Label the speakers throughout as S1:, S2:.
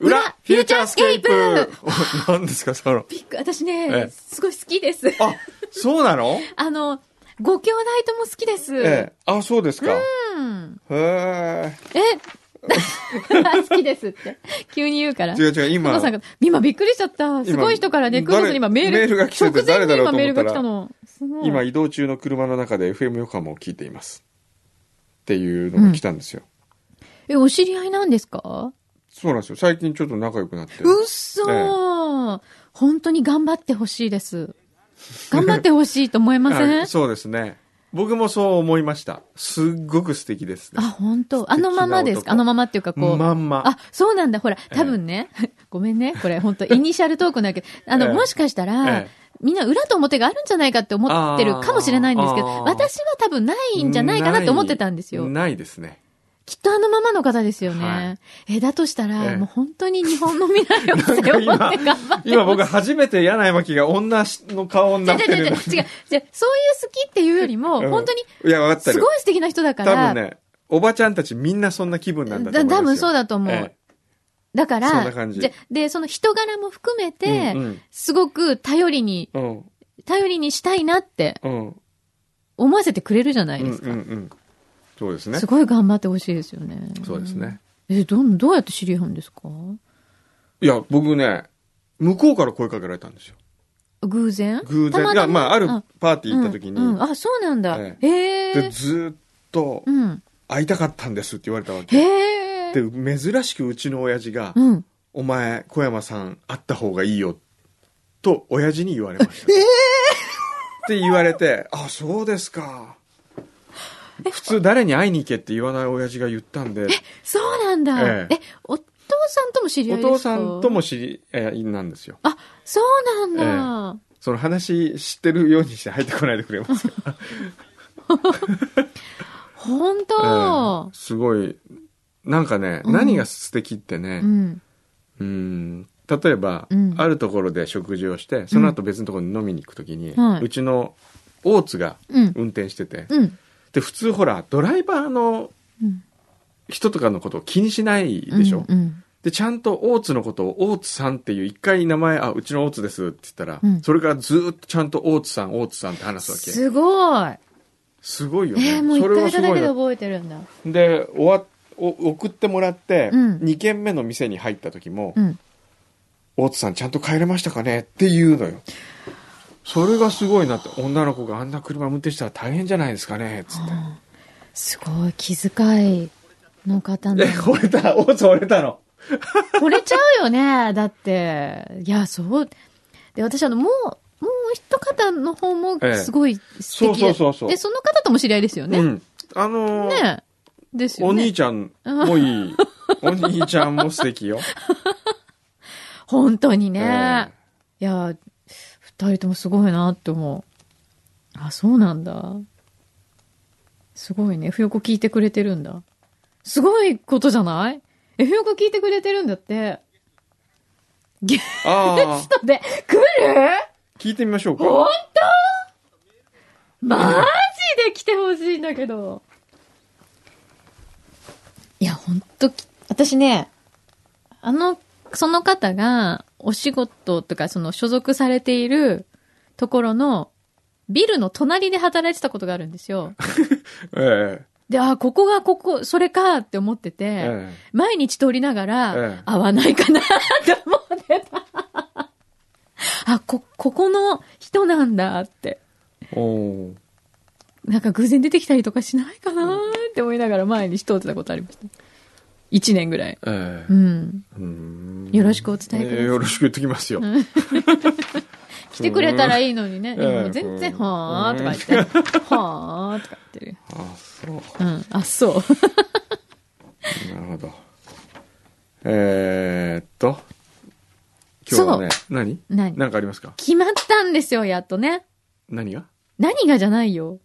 S1: ューチャースケープ何ですか、その。
S2: びっく私
S1: え
S2: ね
S1: え、
S2: すごい好きです。
S1: あ、そうなの
S2: あの、ご兄弟とも好きです。
S1: ええ。あ、そうですか。へ
S2: うん。
S1: え。
S2: え 好きですって。急に言うから。
S1: 違う違う、今
S2: 今、さんが今びっくりしちゃった。すごい人からね、
S1: 今
S2: クロさんに今メール、
S1: メールが来てて
S2: 直前
S1: 誰
S2: に
S1: だろうと
S2: 今
S1: 思ったら
S2: メールが来たの。すごい。
S1: 今移動中の車の中で FM 横浜を聞いています。っていうのが来たんですよ。
S2: え、お知り合いなんですか
S1: そうなんですよ。最近ちょっと仲良くなって。
S2: うっそー、本当に頑張ってほしいです。頑張ってほしいと思いま せん
S1: あそうですね。僕もそう思いました。すっごく素敵ですね。
S2: あ、本当あのままですかあのままっていうかこう。
S1: まんま。
S2: あ、そうなんだ。ほら、多分ね、 ごめんね。これ、本当イニシャルトークなわけど、あの、
S1: ええ
S2: もしかしたら、
S1: ええ
S2: みんな裏と表があるんじゃないかって思ってるかもしれないんですけ
S1: あー
S2: ど、私は多分ないんじゃないかなって思ってたんですよ。
S1: ないです ね。
S2: きっとあのままの方ですよね。
S1: は
S2: え、だとしたら、
S1: ええ
S2: もう本当に日本の未来を背負って頑
S1: なんか今
S2: 張って。
S1: 今僕初めて柳井真紀が女の顔に
S2: 違
S1: な
S2: う
S1: って
S2: 違う違う違
S1: る
S2: う。違う。そういう好きっていうよりも、
S1: うん
S2: 本当に、
S1: いや、分かって
S2: す
S1: る。
S2: ごい素敵な人だか
S1: 多
S2: ら、
S1: 分ね、おばちゃんたちみんなそんな気分なんだと思い
S2: だ
S1: ますよ。
S2: 多分そうだと思う。
S1: え
S2: だから、
S1: そんな感じ
S2: ゃで、その人柄も含め
S1: え
S2: て、
S1: うん
S2: すごく頼りに、
S1: うん
S2: 頼りにしたいなって
S1: うんうん
S2: 思わせてくれるじゃな
S1: う
S2: い
S1: ん
S2: ですか。
S1: うんうんそうですね
S2: す。ごい頑張ってほしいですよね。
S1: そうですね。。
S2: え、どん、どうやって知り合うんですか
S1: いや、僕ね、向こうから声かけられたんですよ。
S2: 偶然
S1: 偶
S2: た
S1: 然。
S2: ま
S1: いや、
S2: た
S1: まあ、あるパーティー行った時
S2: うんう
S1: に
S2: ん、あ、そうなんだ。
S1: え
S2: へ
S1: で、
S2: え。
S1: ずっと
S2: う、ん。
S1: 会いたかったんですって言われたわけ。
S2: へえ。
S1: で、珍しくうちの親父が、
S2: うん。
S1: お前、小山さん、会った方がいいよ、と、親父に言われました。
S2: ええ
S1: って言われて、あ、そうですか。普通、誰に会いに行けって言わない親父が言ったんで、
S2: そうなんだ
S1: え。え
S2: え、お父さんとも知り合
S1: お
S2: いですか
S1: 父さんと。も知り合いなんですよ。
S2: あ、そうなんだ。
S1: その話知ってるようにして入ってこないでくれますか。
S2: 本
S1: ええ
S2: 当
S1: すごい、なんかね、
S2: うん
S1: 何が素敵って
S2: う
S1: ね、
S2: ん。
S1: うん、例えば、
S2: うん
S1: あるところで食事をして、その後別のところに飲みに行くときに、
S2: はいう
S1: ちの大津が
S2: うん。
S1: 運転してて、
S2: うん。
S1: で、普通ほら、ドライバーの
S2: うん
S1: 人とかのことを気にしないでしょ、
S2: うん。
S1: で、ちゃんと大津のことを大津さんっていう一回名前、あ、うちの大津ですって言ったら、
S2: うん
S1: それからずーっとちゃんと大津さん、大津さんって話すわけ。
S2: すごい。
S1: すごいよね。
S2: えー、もう
S1: そ
S2: 一
S1: れ
S2: 回
S1: は
S2: いた
S1: す
S2: だ
S1: ご
S2: け
S1: い
S2: で
S1: な。
S2: 覚えてるんだ。
S1: で、終わ、お送ってもらって、
S2: うん
S1: 二2軒目の店に入った時も、
S2: うん。
S1: 大津さんちゃんと帰れましたかねって言うのよ。それがすごいなって、女の子があんな車運転したら大変じゃないですかねつって。
S2: すごい、気遣いの方
S1: え
S2: な、の。
S1: 惚れた、大津惚れたの。
S2: 惚れちゃうよね、だって。いや、そう。で、私、あの、もう、もう一方の方も
S1: ええ、
S2: すごい素
S1: そう
S2: 敵で、
S1: そうそうそう
S2: で、その方とも知り合いですよね。
S1: うん。あのー
S2: ねえですよ
S1: お
S2: ね
S1: 兄。ちゃんもい い。お兄ちゃんも素敵よ。
S2: 本当にね。
S1: え
S2: いや、二人ともすごいなって思う。あ、そうなんだ。すごいね。ふよこ聞いてくれてるんだ。すごいことじゃないえ、ふよこ聞いてくれてるんだって。ゲス
S1: えああ、
S2: トで来る
S1: 聞いてみましょうか。
S2: 本当マジで来てほしいんだけど。いや、本当き私ね、あの、その方が、お仕事とか、その所属されているところの、ビルの隣で働いてたことがあるんですよ。
S1: え
S2: で、あ、ここがここ、それかって思ってて、
S1: ええ
S2: 毎日通りながら、
S1: ええ
S2: 合わないかなって思ってた。あ、こ、ここの人なんだって。
S1: えおー
S2: なんか偶然出てきたりとかしないかなーって思いながら前にし通ってたことありました。一年ぐらい。
S1: え
S2: う
S1: え
S2: ん。
S1: うん
S2: よろしくお伝えください
S1: ええよろしく言ってきますよ。
S2: 来てくれたらいいのにね。
S1: ん
S2: でも全然、
S1: うん
S2: はーとか言って。はーとか言ってる。
S1: あそう。
S2: うん。あ、そう。
S1: なるほど。えー、っと、今日はね、何
S2: 何
S1: 何かありますか
S2: 決まったんですよ、やっとね。
S1: 何が
S2: 何がじゃないよ。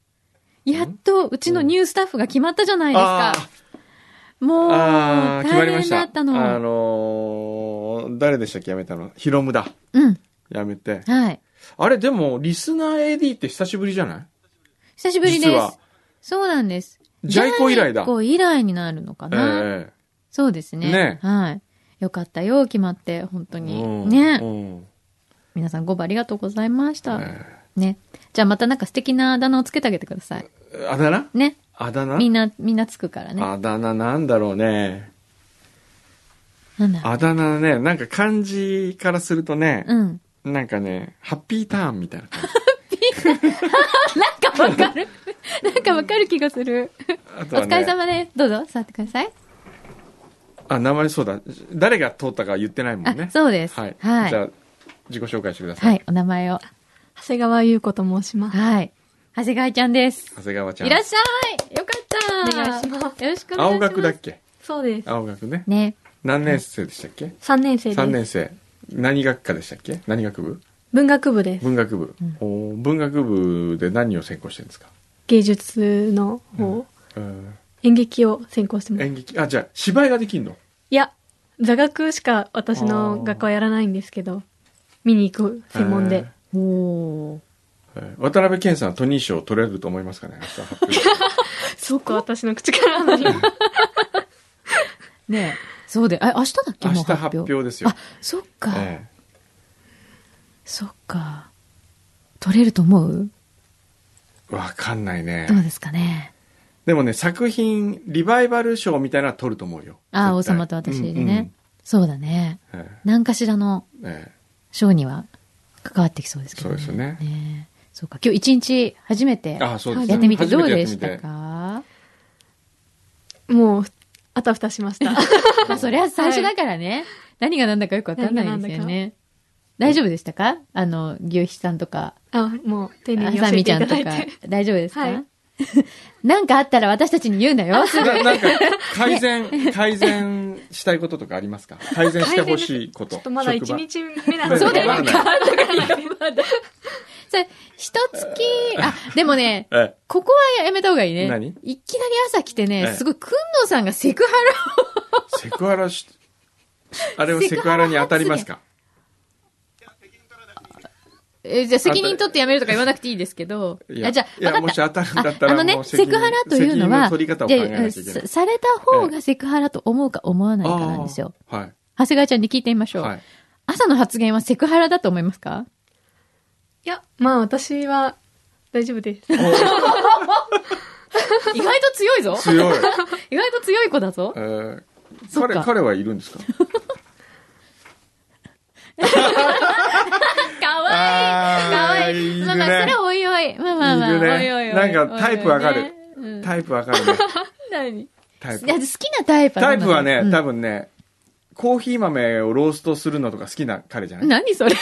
S2: やっと、うちのニュースタッフが決まったじゃないです
S1: あ
S2: か。もう、
S1: あー、
S2: 大
S1: 決まりまし
S2: 変
S1: た。
S2: だ
S1: あ
S2: ったの。
S1: のー誰でしたっけ辞めたのヒロムだ。
S2: うん。
S1: 辞めて。
S2: はい。
S1: あれ、でも、リスナー AD って久しぶりじゃない
S2: 久しぶり
S1: 実
S2: で
S1: は
S2: す。そうなんです。
S1: ジャイコ以来だ
S2: ジャイコ以来になるのかな。
S1: ええ
S2: そうですね。
S1: ね
S2: はい。よかったよ、決まって、本当に。
S1: うん
S2: ね、
S1: うん
S2: 皆さんごばありがとうございました。
S1: え
S2: ね。じゃあまたなんか素敵なあだ名をつけてあげてください。
S1: ーあだ名
S2: ね。
S1: あだ名
S2: みんな、みんなつくからね。
S1: あだ名なんだろうね。
S2: なんだろ
S1: あだ名ね、なんか漢字からするとね
S2: う。、うん。
S1: なんかね、ハッピーターンみたいな感じ。
S2: なんかわかる なんかわかる気がする。
S1: あ
S2: お
S1: とは
S2: 疲れ
S1: ね、
S2: 様です。どうぞ、座ってください。
S1: あ、名前そうだ。誰が通ったか言ってないもんね
S2: あ、。そうです。
S1: はい。
S2: はい。
S1: じゃあ、自己紹介してください。
S2: はい、お名前を。
S3: 長谷川優子と申します。
S2: はい。長谷川ちゃんです。
S1: 長谷川ちゃん。
S2: いらっしゃいよかった
S3: お願いします
S2: よろしくお願いします。
S1: 青学だっけ
S3: そうです。
S1: 青学ね。
S2: ね。
S1: 何年生でしたっけ
S3: 3年生です。
S1: 三年生。何学科でしたっけ何学部
S3: 文学部です。
S1: 文学部、おー文学部で何を専攻してるんですか、
S3: 芸術の方、
S1: うん
S3: 演劇を専攻してます。
S1: 演劇あじゃあ芝居ができんの
S3: いや、座学しか私の学科はやらないんですけど、見に行く専門で。
S1: えー
S2: おー。
S1: えー渡辺謙さんトニー賞取れると思いますかね明日発表
S3: そっか、私の口からの今
S2: ねえそうで、あ、明日だっけ
S1: 明
S2: もう
S1: 日発表ですよ
S2: あ、そっか。
S1: え
S2: そっか。取れると思う
S1: えわかんないね
S2: どうですかね。
S1: でもね作品リバイバル賞みたいなのは取ると思うよ
S2: あ、王
S1: 絶対
S2: 様と私で
S1: うんうん
S2: ね。そうだね。
S1: え
S2: 何かしらの
S1: ええ
S2: 賞には関わってきそうですけどね。
S1: そうですよね
S2: ねえそうか。今日一日初めて
S1: えあそうですね
S2: やってみて
S1: 初
S2: どう
S1: や
S2: で
S1: って
S2: し
S1: みて
S2: たか
S3: もう、あたふたし ました。
S2: まあ、そりゃ最初だからね。何が何だかよくわかんないですよね。大丈夫でしたかあの、牛皮さんとか、
S3: あ、もう、丁寧
S2: あ
S3: に教
S2: さ
S3: えて
S2: み
S3: い
S2: ちゃ
S3: た
S2: んと
S3: だ
S2: か
S3: いて。、
S2: 大丈夫ですか、
S3: はい
S2: なんかあったら私たちに言うんだよ。すぐ
S1: ななんか改 善改善したいこととかありますか改善してほしいこ
S3: ち
S1: と
S3: ょっとまだ
S1: 職
S3: 1
S1: 場
S3: 日目なの
S1: ま
S3: で。
S2: そうだよ
S1: ま
S2: ね。
S1: だ
S2: 変わったからまだ。それ、一月、あ、でもね、
S1: ええ
S2: ここはやめた方がいいね。
S1: 何
S2: いきなり朝来て
S1: え
S2: ね
S1: え、
S2: すごい、くんのさんがセクハラ
S1: セクハラし、あれはセクハラに当たりますか
S2: を、えじゃあ責任取ってやめるとか言わなくていいですけど、
S1: いや
S2: あ、じゃあ、
S1: いや
S2: わかった
S1: もし当たるんだったら
S2: ああの
S1: も
S2: ね、
S1: う責
S2: セ
S1: 任
S2: クハラという
S1: 責
S2: のは、
S1: 任の取り方を考えなきゃいけない
S2: でさされた方がセクハラと思うか思わないかなんですよ。
S1: あーはい。
S2: 長谷川ちゃんに聞いてみましょう。
S1: はい。
S2: 朝の発言はセクハラだと思います か
S3: いや、まあ私は大丈夫です。
S2: 意外と強いぞ
S1: お強い。
S2: 意外と強い子だぞ
S1: えー
S2: そっ
S1: 彼、
S2: か
S1: 彼はいるんですか
S2: かわいい
S1: あー
S2: かわい
S1: い
S2: い。
S1: るね
S2: まあまあ、それはおいおい。まあまあまあ、
S1: いるね
S2: おいおいおい。
S1: なんかタイプわかる
S2: おいおいねうん
S1: タイプわかるね。
S2: 何い
S1: タイプ
S2: や。好きなタイプ
S1: タイプはね、多分
S2: 分。
S1: ね、コーヒー豆をローストするのとか好きな彼じゃ
S2: うん
S1: ない
S2: 何それ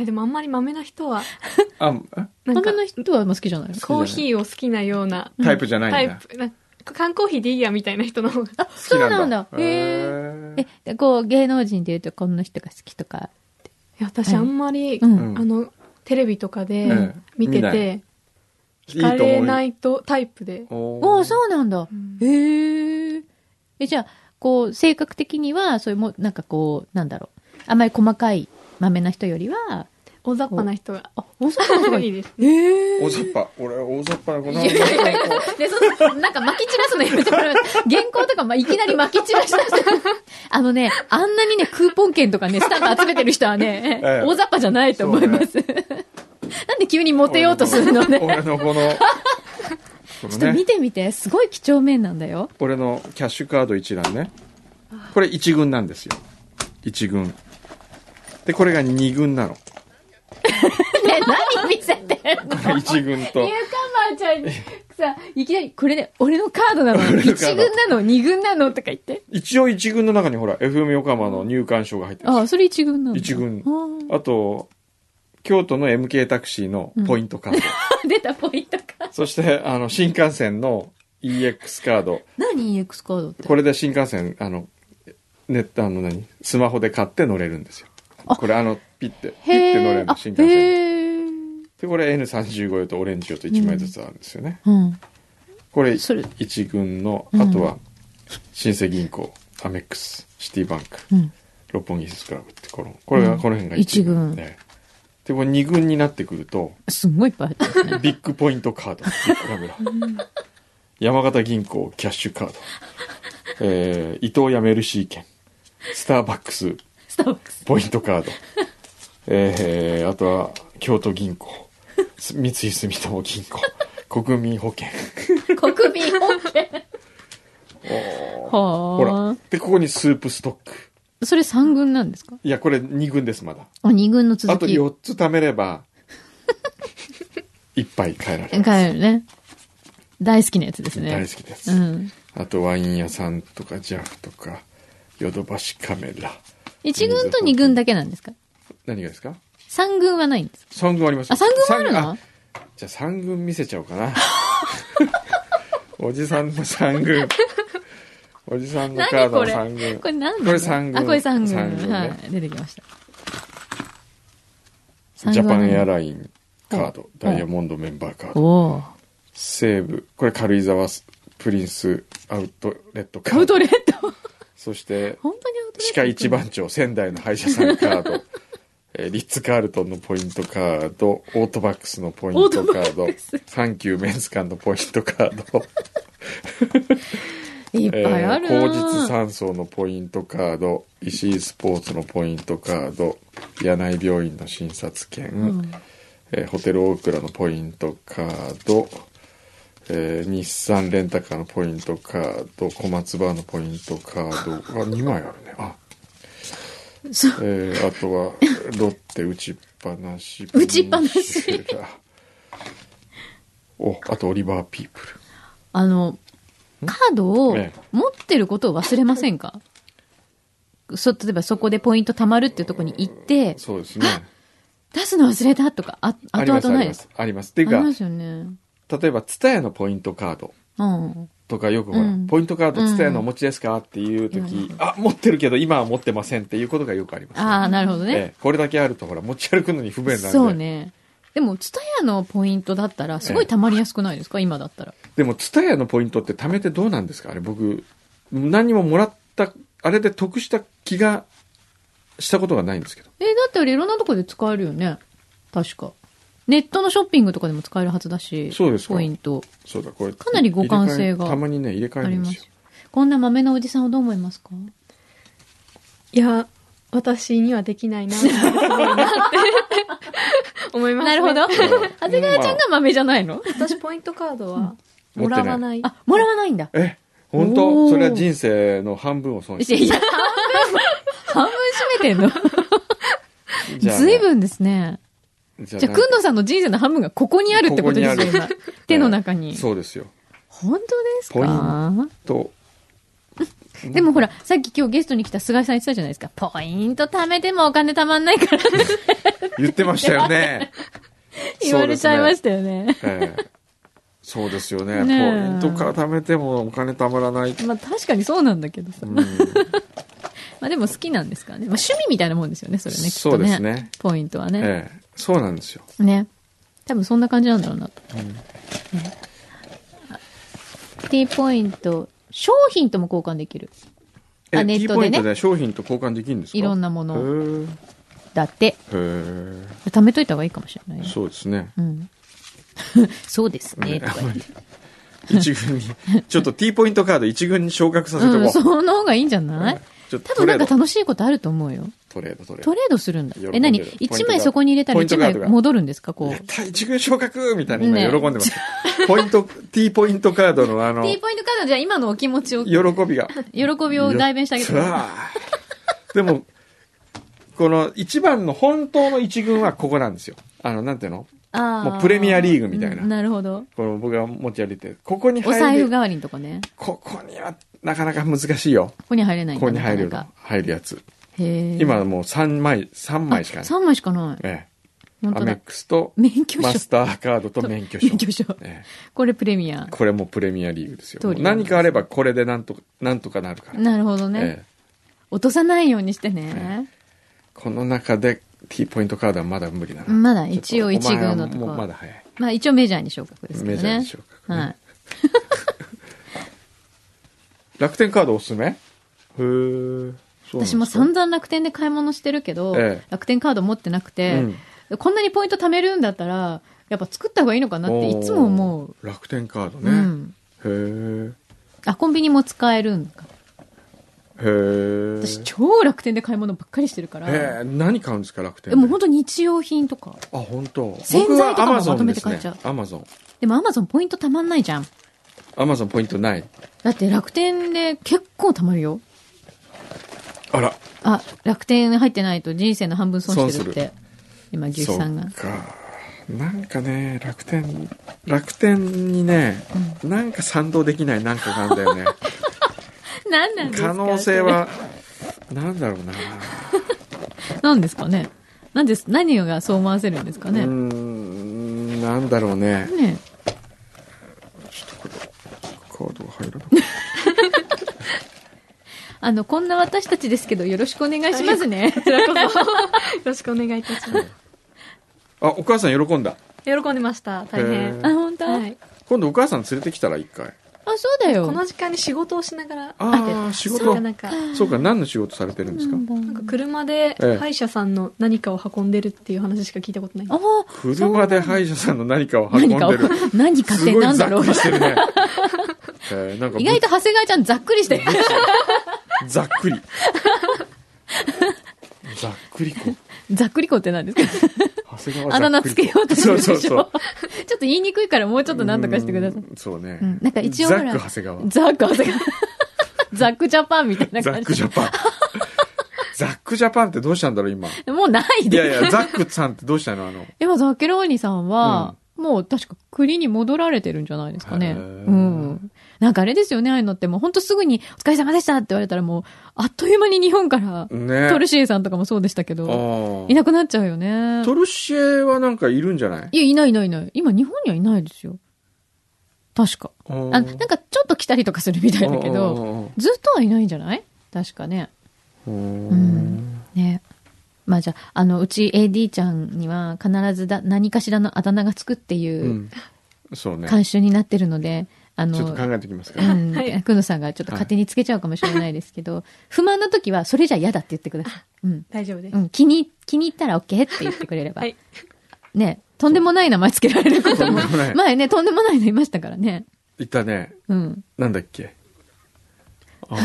S3: あでもあんまり豆な人は、
S1: あ、
S3: なんか
S2: 他、の人はもう好きじゃない
S3: コーヒーを好きなような
S1: えタイプじゃな
S3: タ
S1: いん
S3: イ
S1: だ。
S3: プ、なんか缶コーヒーでいいやみたいな人の方が。
S2: あ、
S1: 好
S2: そ
S1: き
S2: うなんだ。
S1: へ
S2: へ
S1: ー
S2: え。え、こう、芸能人で言うとこの人が好きとか。
S3: いや私
S2: はい
S3: あんまり、
S2: うん
S3: あの、テレビとか
S1: う
S3: で
S1: ん
S3: 見て
S1: 見ない
S3: て、
S1: いい
S3: 惹か
S1: と
S3: れ
S1: 思う
S3: な
S1: よ。
S3: いとタイプで。
S2: お
S1: お
S2: お
S1: ー
S2: そうなんだ。へえ。え、じゃあ、こう、性格的には、そういうも、なんかこう、なんだろう。あまり細かい、まめな人よりは、
S3: 大雑把な人が。
S2: あ、大阪の方がい
S3: い
S2: い。
S3: いです。
S2: へえ。
S1: 大雑把。俺、大雑把な子
S2: い
S1: な
S2: やいやいやで、その、なんか巻き散らすのやめてもらいます。原稿とか、ま、いきなり巻き散らした人。 あのね、あんなにね、クーポン券とか ね、スタンプ集めてる人はね、
S1: ええ
S2: 大雑把じゃないと思います。なんで急にモテようとするのね。ちょ
S1: 俺の この、こ
S2: っ
S1: の
S2: と
S1: ね
S2: 見、てみて、すごい貴重面なんだ よ。
S1: 俺のキャッシュカード一覧ね。これ一軍なんですよ。一軍。で、これが二軍 なの。
S2: ね、何見せてるの
S1: 一軍
S2: ニュ
S1: と
S2: ー。カマーちゃんにさ、いきなり、これね、俺のカードなの、
S1: 俺のカ
S2: 1
S1: ード
S2: 軍なの、2軍なのとか言って。
S1: 一応一軍の中にほら、FM 横浜の入館証が入ってるん
S2: あ
S1: で
S2: あ、それ1軍なの。
S1: 一軍
S2: あ
S1: す。あと、京都の MK タクシーのポイントカード。
S2: ー出たポイントか。
S1: そして、あの、新幹線の EX カード。
S2: 何 EX カードって。
S1: これで新幹線、あの、ネット、あの何スマホで買って乗れるんですよ。
S2: あ
S1: これあの、ピッて、ピッ
S2: へ
S1: て乗れる
S2: ー
S1: の
S2: あ
S1: 新幹線。
S2: へー
S1: で、これ N35 用とオレンジ用と1枚ずつあるんですよね。
S2: うん。
S1: これ、
S2: それ
S1: 一軍の、
S2: うん
S1: あとは、新生銀行、アメックス、シティバンク、
S2: うん。
S1: 六本木ヒルズクラブって、この、これが、
S2: うん
S1: この辺が一軍で。で、これ二軍になってくると、
S2: すんごいいっぱい入ってるね。
S1: ビッグポイントカード、ビッグラブラ。山形銀行、キャッシュカード、えー、伊東やメルシー券、スターバックス
S2: スターバックス。
S1: ポイントカードえーあとは京都銀行す三井住友銀行国民保険
S2: 国民保険。
S1: おーほ
S2: は
S1: らでここにスープストック
S2: あ。それ3軍なんですか
S1: いやこれ2軍ですまだ
S2: あ、2軍の続
S1: あと
S2: き。
S1: 4つ貯めればいっぱい買えられる
S2: 帰るね。大好きなやつですね。
S1: 大好きです、
S2: うん。
S1: あとワイン屋さんとかジャフとかヨドバシカメラ
S2: 1軍と2軍だけなんですか
S1: 何がですか
S2: ?3 軍はないんですか
S1: 3軍あります
S2: あ、
S1: よ
S2: 3軍もある
S1: 三
S2: の
S1: あじゃあ3軍見せちゃおうかな おじさんの3軍おじさんのカード
S2: 何こ
S1: の
S2: れ
S1: 3軍
S2: これ何
S1: これ三軍
S2: あ、これ3
S1: 三
S2: 軍。
S1: 軍ね
S2: はい。出てきました。
S1: ジャパンエア
S2: イ
S1: ラインカードダイヤモンドメンバーカード
S2: おー
S1: 西武これ軽井沢プリンスアウトレットカ
S2: アウ
S1: ード
S2: トレッ ト。
S1: そして
S2: 本当にアウトレット。
S1: 歯科一。番町仙台の歯医者さんカー ドえーリッツ・カールトンのポイントカードオートバックスのポイントカード
S2: オートバックス
S1: サンキューメンズ館のポイントカード
S2: いっぱいあるな
S1: えー高実山荘のポイントカード石井スポーツのポイントカード柳井病院の診察券、
S2: うん
S1: えーホテルオークラのポイントカード、えー日産レンタカーのポイントカード小松バーのポイントカードが2枚あるねあ
S2: そう。
S1: えーあとはロッテ打ちっぱなし
S2: 打ちっぱなし
S1: ペニンシュラおあとオリバー・ピープル
S2: あの、カードを
S1: ええ
S2: 持ってることを忘れませんかそ、例えばそこでポイント貯まるっていうところに行って、
S1: そうですね
S2: 出すの忘れたとか、あ、
S1: あ
S2: 後
S1: ります
S2: 々
S1: あ
S2: な
S1: り
S2: いで
S1: ますすありますっていう
S2: あ
S1: か
S2: りますよね。
S1: 例えば TSUTAYA のポイントカード
S2: うん。
S1: とかよくほら、
S2: うん
S1: ポイントカード
S2: うん
S1: TSUTAYA のお持ちですかっていう時、
S2: うん
S1: あ持ってるけど今は持ってませんっていうことがよくあります、
S2: ああ、なるほど
S1: え
S2: ね。
S1: えこれだけあるとほら持ち歩くのに不便なんで
S2: そうね。でも、ツタヤのポイントだったら、すごい溜まりやすくないですか今だったら。
S1: でも TSUTAYA のポイントって貯めてどうなんですかあれ僕何にももらったあれで得した気がしたことがないんですけど
S2: え、だってあれいろんなとこで使えるよね。確か。ネットのショッピングとかでも使えるはずだし。
S1: そうですか
S2: ポイント。
S1: そうだこれ
S2: かなり互換性が
S1: 入れ替えたまにね入れ替え
S2: あ
S1: る
S2: り
S1: ん
S2: ま
S1: ですすよ。
S2: こんな豆なおじさんはどう思いますか
S3: いや、私にはできないな、すごいなって思います、
S2: な
S3: ね。
S2: るほど。
S1: う
S2: 長谷川ちゃんが豆じゃないの、
S3: 私、ポイントカードは
S1: 持っ
S3: も
S1: てない
S3: らわない。
S2: あ、もらわないんだ。
S1: え本
S2: お
S1: 当
S2: ー
S1: それは人生の半分を損
S2: い
S1: して
S2: やいや、半分、半分占めてんの。ずいぶんですね。
S1: じゃ
S2: じゃあ、くんのさんの人生の半分がここにあるってことですよ、
S1: ここにあ
S2: 今。手の中に。
S1: そうですよ
S2: 本当です
S1: ポイ
S2: か
S1: と
S2: でもほら、さっき今日ゲストに来た菅井さん言ってたじゃないですか。ポイント貯めてもお金貯まんないからって
S1: 言ってましたよね
S2: 言われちゃいましたよね。
S1: たそうですよね
S2: ねえ
S1: ポイントから貯めてもお金貯まらない、
S2: まあ確かにそうなんだけどさ。
S1: うん
S2: まあでも好きなんですからね。まあ趣味みたいなもんですよね、それね。きっ
S1: そ
S2: と
S1: うです。ね
S2: ポイントはね。
S1: ええそうなんですよ
S2: ね。多分そんな感じなんだろうなと。ねあ T ポイント、商品とも交換できる。あ
S1: え
S2: ネッ
S1: T
S2: ト
S1: ポイ
S2: でね
S1: ントで商品と交換できるんですか
S2: いろん
S1: な
S2: なも
S1: へ
S2: のを。
S1: ー
S2: だって、
S1: へ
S2: 貯めといた方がいいかもしれない
S1: え
S2: よ。
S1: そうですね
S2: うん。 そうです ね。とか言って
S1: 一軍に ちょっと T ポイントカード一軍に昇格させて
S2: う
S1: も
S2: ん、その方がいいんじゃない、
S1: ちょっと
S2: 多
S1: トレ
S2: 分な
S1: ー
S2: ん
S1: ド
S2: か楽しいことあると思うよ。
S1: トレードトレー
S2: ト
S1: ド
S2: レードするんだ
S1: 喜ん。でる
S2: え、何
S1: ポイントが
S2: ?1 枚そこに入れたら
S1: ポイント
S2: 1
S1: カー
S2: 枚
S1: ドが
S2: 戻るんですかこ
S1: やっ
S2: う。
S1: た一軍昇格みたいな今
S2: ね
S1: 喜んでます、ポイント T ポイントカードのあの
S2: T ポイントカードじゃあ今のお気持ちを、喜
S1: 喜びが
S2: びを代弁してあげてくださ
S1: さあでも、この一番の本当の一軍はここなんですよ。あの、なんていうの
S2: い。あー
S1: もうプレミアリーグみたいな
S2: うんなるほど。
S1: この僕が持ち歩いてる。ここに
S2: お財
S1: 入
S2: 布
S1: る。
S2: 代わりのとこね。
S1: ここにはなかなか難しいよ。
S2: ここには入れないん
S1: こ
S2: だ
S1: こに入
S2: な
S1: る
S2: かなか
S1: の。入るやつ。
S2: へえ。
S1: 今はもう3枚、三枚しかない。
S2: 3枚しかない。
S1: ええ。
S2: 本
S1: ア
S2: 当
S1: メ
S2: だ
S1: ッ。クスと
S2: 免許証
S1: マスターカードと免許証。
S2: 免許証。
S1: ええ
S2: これプレミア。
S1: これもプレミアリーグですよ。も
S2: 通
S1: う
S2: り
S1: 何かあればこれでなんとか、なんとかなるから。
S2: なるほどね。
S1: ええ
S2: 落とさないようにしてね。
S1: この中で T ポイントカードはまだ無理なの。
S2: まだ一応一
S1: ちょっ
S2: 軍
S1: お前
S2: の
S1: は
S2: と
S1: もうま
S2: こ。
S1: だ早い。
S2: まあ一応メジャーに昇格ですけ
S1: メ
S2: ど
S1: ジャー
S2: ね
S1: に。昇格ね
S2: はい。
S1: 楽天カードおすすめへえそうなんです
S2: 私
S1: か
S2: も散々楽天で買い物してるけど、
S1: ええ
S2: 楽天カード持ってなくて、こんなにポイント貯めるんだったら、やっぱ作った方がいいのかなっていつも思う。
S1: おー楽天カード
S2: う
S1: ね、
S2: ん。
S1: へ
S2: あ、コンビニも使えるんだか。
S1: えへえ。
S2: 私超楽天で買い物ばっかりしてるか
S1: へ
S2: ら。
S1: え、何買うんですか、楽天
S2: え、もう本当日用品とか。
S1: 当あ、本当。
S2: 洗
S1: 僕
S2: 剤
S1: は
S2: と
S1: ア
S2: かも
S1: マゾ
S2: まと
S1: ン
S2: め
S1: で
S2: て
S1: す
S2: 買
S1: ね
S2: っちゃう。
S1: アマゾン。
S2: でもアマゾンポイントたまんないじゃん。
S1: アマゾンポイントない。
S2: だって楽天で結構たまるよ。
S1: あら、
S2: あ、楽天入ってないと人生の半分損してる
S1: 損
S2: って。今、牛
S1: そ
S2: さんが
S1: う。か。なんかね、楽天、楽天にね、なんか賛同できないなんかがあるんだよね。
S2: 何なんですか
S1: 可能性。は、なんだろうな。
S2: それ何ですかね。何です、何がそう思わせるんですか
S1: うー
S2: ね。
S1: ん、なんだろうね。
S2: ね
S1: カードが入らな
S2: あの、こんな私たちですけど、よろしくお願いしますね。
S3: こちらこそ。よろしくお願いいたします。
S1: あ、お母さん喜んだ。
S3: 喜んでました。大
S1: へ
S3: 変
S1: ー。
S2: あ、本当、
S3: はい。
S1: 今度お母さん連れてきたら一回。
S2: あ、そうだよ。
S3: この時間に仕事をしながら、
S1: ああ、仕
S3: そう
S1: 事
S3: か。なんか、
S1: そうか、何の仕事されてるんですか
S3: なんか車で
S1: ええ
S3: 歯医者さんの何かを運んでるっていう話しか聞いたことない。
S2: あ
S1: 車で歯医者さんの何かを運ん
S2: 何
S1: で
S2: かを
S1: る。、
S2: 何かっ
S1: す
S2: て
S1: ご
S2: ないん
S1: ざ
S2: だ
S1: っ
S2: ろう
S1: く。りしてる ね。えーなんか
S2: 意外と長谷川ちゃんざっくりしてる。
S1: ざっくり。ざっくりこ。
S2: ざっくりこって何ですか
S1: 長谷川
S2: あだ名つけようとして
S1: そ
S2: る
S1: う
S2: でし
S1: そ
S2: ょ
S1: うそう。
S2: ちょっと言いにくいからもうちょっと何とかしてください。
S1: うん。そうね
S2: うん。なんか一応
S1: ザ
S2: ほ
S1: ッ
S2: ら
S1: ク長谷川。
S2: ザック長谷川。 ザックジャパンみたいな
S1: ザッ
S2: 感
S1: クジ
S2: じ
S1: ャ。パン。 ザックジャパンってどうしたんだろう、今。い
S2: もうない
S1: や
S2: で。
S1: いや、ザックさんってどうしたのあの。
S2: 今、ザッケローニさんは、もう確か国に戻られてるんじゃないですか
S1: へ
S2: ね。う
S1: ー
S2: ん。なんかあれですよね、ああいうのってもうほんとすぐにお疲れ様でしたって言われたらもう、あっという間に日本から、
S1: ね
S2: トルシエさんとかもそうでしたけ
S1: あ
S2: ど、
S1: ー
S2: いなくなっちゃうよね。
S1: トルシエはなんかいるんじゃない
S2: いや、いないいないいない。今、日本にはいないですよ。確か。
S1: あ
S2: あ
S1: ー、
S2: なんかちょっと来たりとかするみたいだけど、ずっとはいないんじゃない確かね。
S1: あー。あーあー
S2: う
S1: うーん
S2: ん。ね。まあじゃあ、あの、うち AD ちゃんには必ずだ何かしらのあだ名がつくって
S1: う。
S2: いうん
S1: そうね。
S2: 慣習になってるので、あ
S1: ちょっと
S2: の、
S1: 考えてきますか
S2: う
S1: ら。
S2: ん
S3: は、い
S2: くのさんがちょっと勝手につけちゃうかもしれないですけど、 不満な時は、それじゃ嫌だって言ってください。うん。
S3: 大丈夫です
S2: う。ん、気に、気に入ったら OK って言ってくれれば。
S3: はい。
S2: ね、とんでもない名前つけられることも
S1: とんでもない、
S2: 前ね、とんでもないのいましたからね。
S1: いたね。
S2: うん。
S1: なんだっけ。ああ。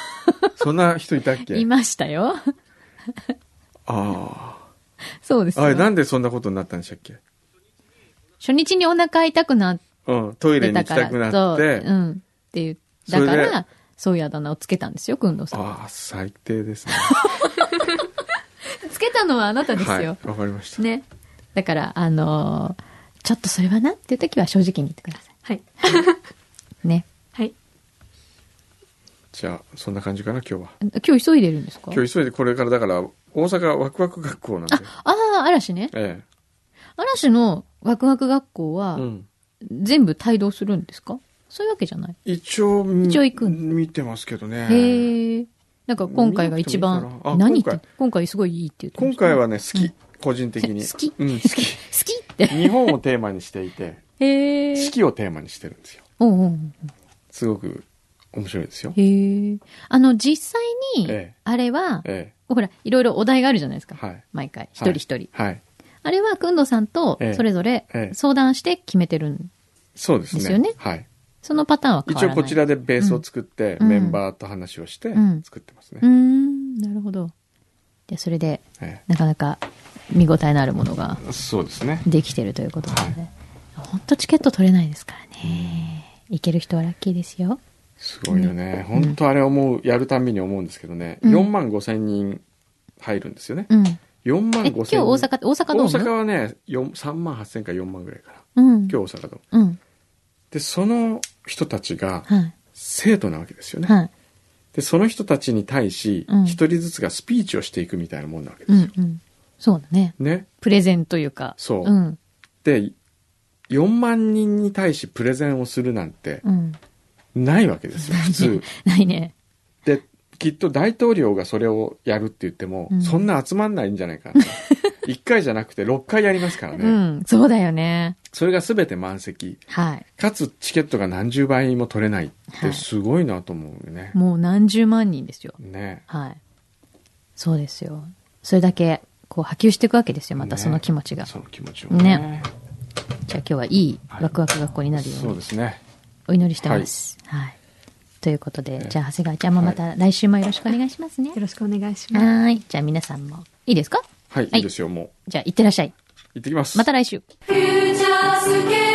S1: そんな人いたっけ
S2: いましたよ。
S1: あ
S2: そうです
S1: あ。あれ、
S2: よ。
S1: なんでそんなことになったんでしたっけ
S2: 初日にお腹痛くなっ
S1: うん。トイレ
S2: て
S1: に行
S2: た
S1: き
S2: か
S1: た
S2: ら、
S1: くなって。
S2: そう、うん。っていう。
S1: それ
S2: だ
S1: で
S2: から、そういうあだ名をつけたんですよ、くんどうさん。
S1: ああ、最低ですね。
S2: つけたのはあなたです
S1: はい。
S2: よ
S1: わ。かりました。
S2: ね。だから、あのーちょっとそれはなっていう時は正直に言ってくださ
S3: はい。
S2: い。ね。
S3: はい。
S1: じゃあ、そんな感じかな、今日は。
S2: 今日急いでるんですか
S1: 今日急いでこれから、だから、大阪ワクワク学校なんで。
S2: ああ、嵐ね。
S1: え
S2: 嵐のワクワク学校
S1: え。
S2: は
S1: う、ん。
S2: 全部帯同するんですかそういうわけじゃない。
S1: 一応、み
S2: 一応行く
S1: 見てますけどね。
S2: へえ。なんか今回が一
S1: 見なくてもいい
S2: 番
S1: か、なあ
S2: 何言
S1: 今
S2: っ
S1: 回
S2: て、今回すごいいいって言ってま
S1: 今
S2: した
S1: 回はね、好き。
S2: うん
S1: 個人的 に。
S2: 好き
S1: うん、好き。
S2: 好きって。
S1: 日本をテーマにしていて、
S2: へ え
S1: 四。季をテーマにしてるんですよ。
S2: うんうんうん。
S1: すごく面白いですよ。
S2: へえ。あの、実際に
S1: ええ、
S2: あれは、
S1: え
S2: ほら、いろいろお題があるじゃないです
S1: え。
S2: か。
S1: はい。
S2: 毎回、一人一人。
S1: はい。
S2: あれは、くんどさんと
S1: ええ、
S2: それぞれ
S1: ええ、
S2: 相談して決めてるん、
S1: そうですね。
S2: ですよね
S1: はい。
S2: そのパターンは変わ
S1: 一
S2: ら
S1: 応
S2: ない。
S1: こちらでベースを作って、
S2: うん
S1: メンバーと話をして
S2: うん
S1: 作ってますね、
S2: うーん、なるほど。で、それで、
S1: え
S2: なかなか、見応えのあるものが。
S1: えそうですね
S2: できてるということなので、本当チケット取れないですからね。行ける人はラッキーですよ。
S1: すごいよね、本当あれ思うやるたんびに思うんですけどね、
S2: うん
S1: 4万5千人入るんですよね、
S2: うん。
S1: 4万
S2: え、
S1: 5千
S2: 今
S1: 人
S2: 日大阪、大阪ド
S1: 大
S2: ー
S1: 阪
S2: ム
S1: はね4 3万8千か4万ぐらいかな
S2: うん。
S1: 今日大阪の
S2: うん。
S1: でその人たちが
S2: は
S1: 生徒なわけですよ
S2: い。
S1: ね、
S2: はい。
S1: でその人たちに対し
S2: うん
S1: 一人ずつがスピーチをしていくみたいなもんなわけで
S2: う
S1: す
S2: ん
S1: よ、
S2: うん。そうだね。
S1: ね
S2: プレゼンというか。
S1: そう
S2: うん。
S1: で4万人に対しプレゼンをするなんて
S2: うん。
S1: ないわけですよ普通
S2: ないね。
S1: できっと大統領がそれをやるって言っても、
S2: うん
S1: そんな集まんないんじゃないか な1回じゃなくて6回やりますからね、
S2: うん。そうだよね。
S1: それが全て満席
S2: はい。
S1: かつチケットが何十倍も取れないっ
S2: は
S1: て
S2: い
S1: すごいなと思うよね、
S2: もう何十万人ですよ。
S1: ね
S2: はい。そうですよ。それだけ、こう波及していくわけですよ。また
S1: ね
S2: その気持ちが。じゃ
S1: その気持ちを
S2: ねあ今日はいい
S1: はい
S2: ワクワク学校になるよう
S1: そう
S2: に
S1: ですね
S2: お祈りしてます。はい。ということで、
S1: ええ
S2: じゃあ長谷川ちゃんもまた来週もよろしくお願いしますね。
S3: よろしくお願いし
S2: は
S3: ます。
S2: ーい。じゃあ皆さんも、いいですか
S1: はい、いいですよ、もう。
S2: じゃあ行ってらっしゃい。
S1: 行ってきます。
S2: また来週。
S4: 「フューチャースケープ」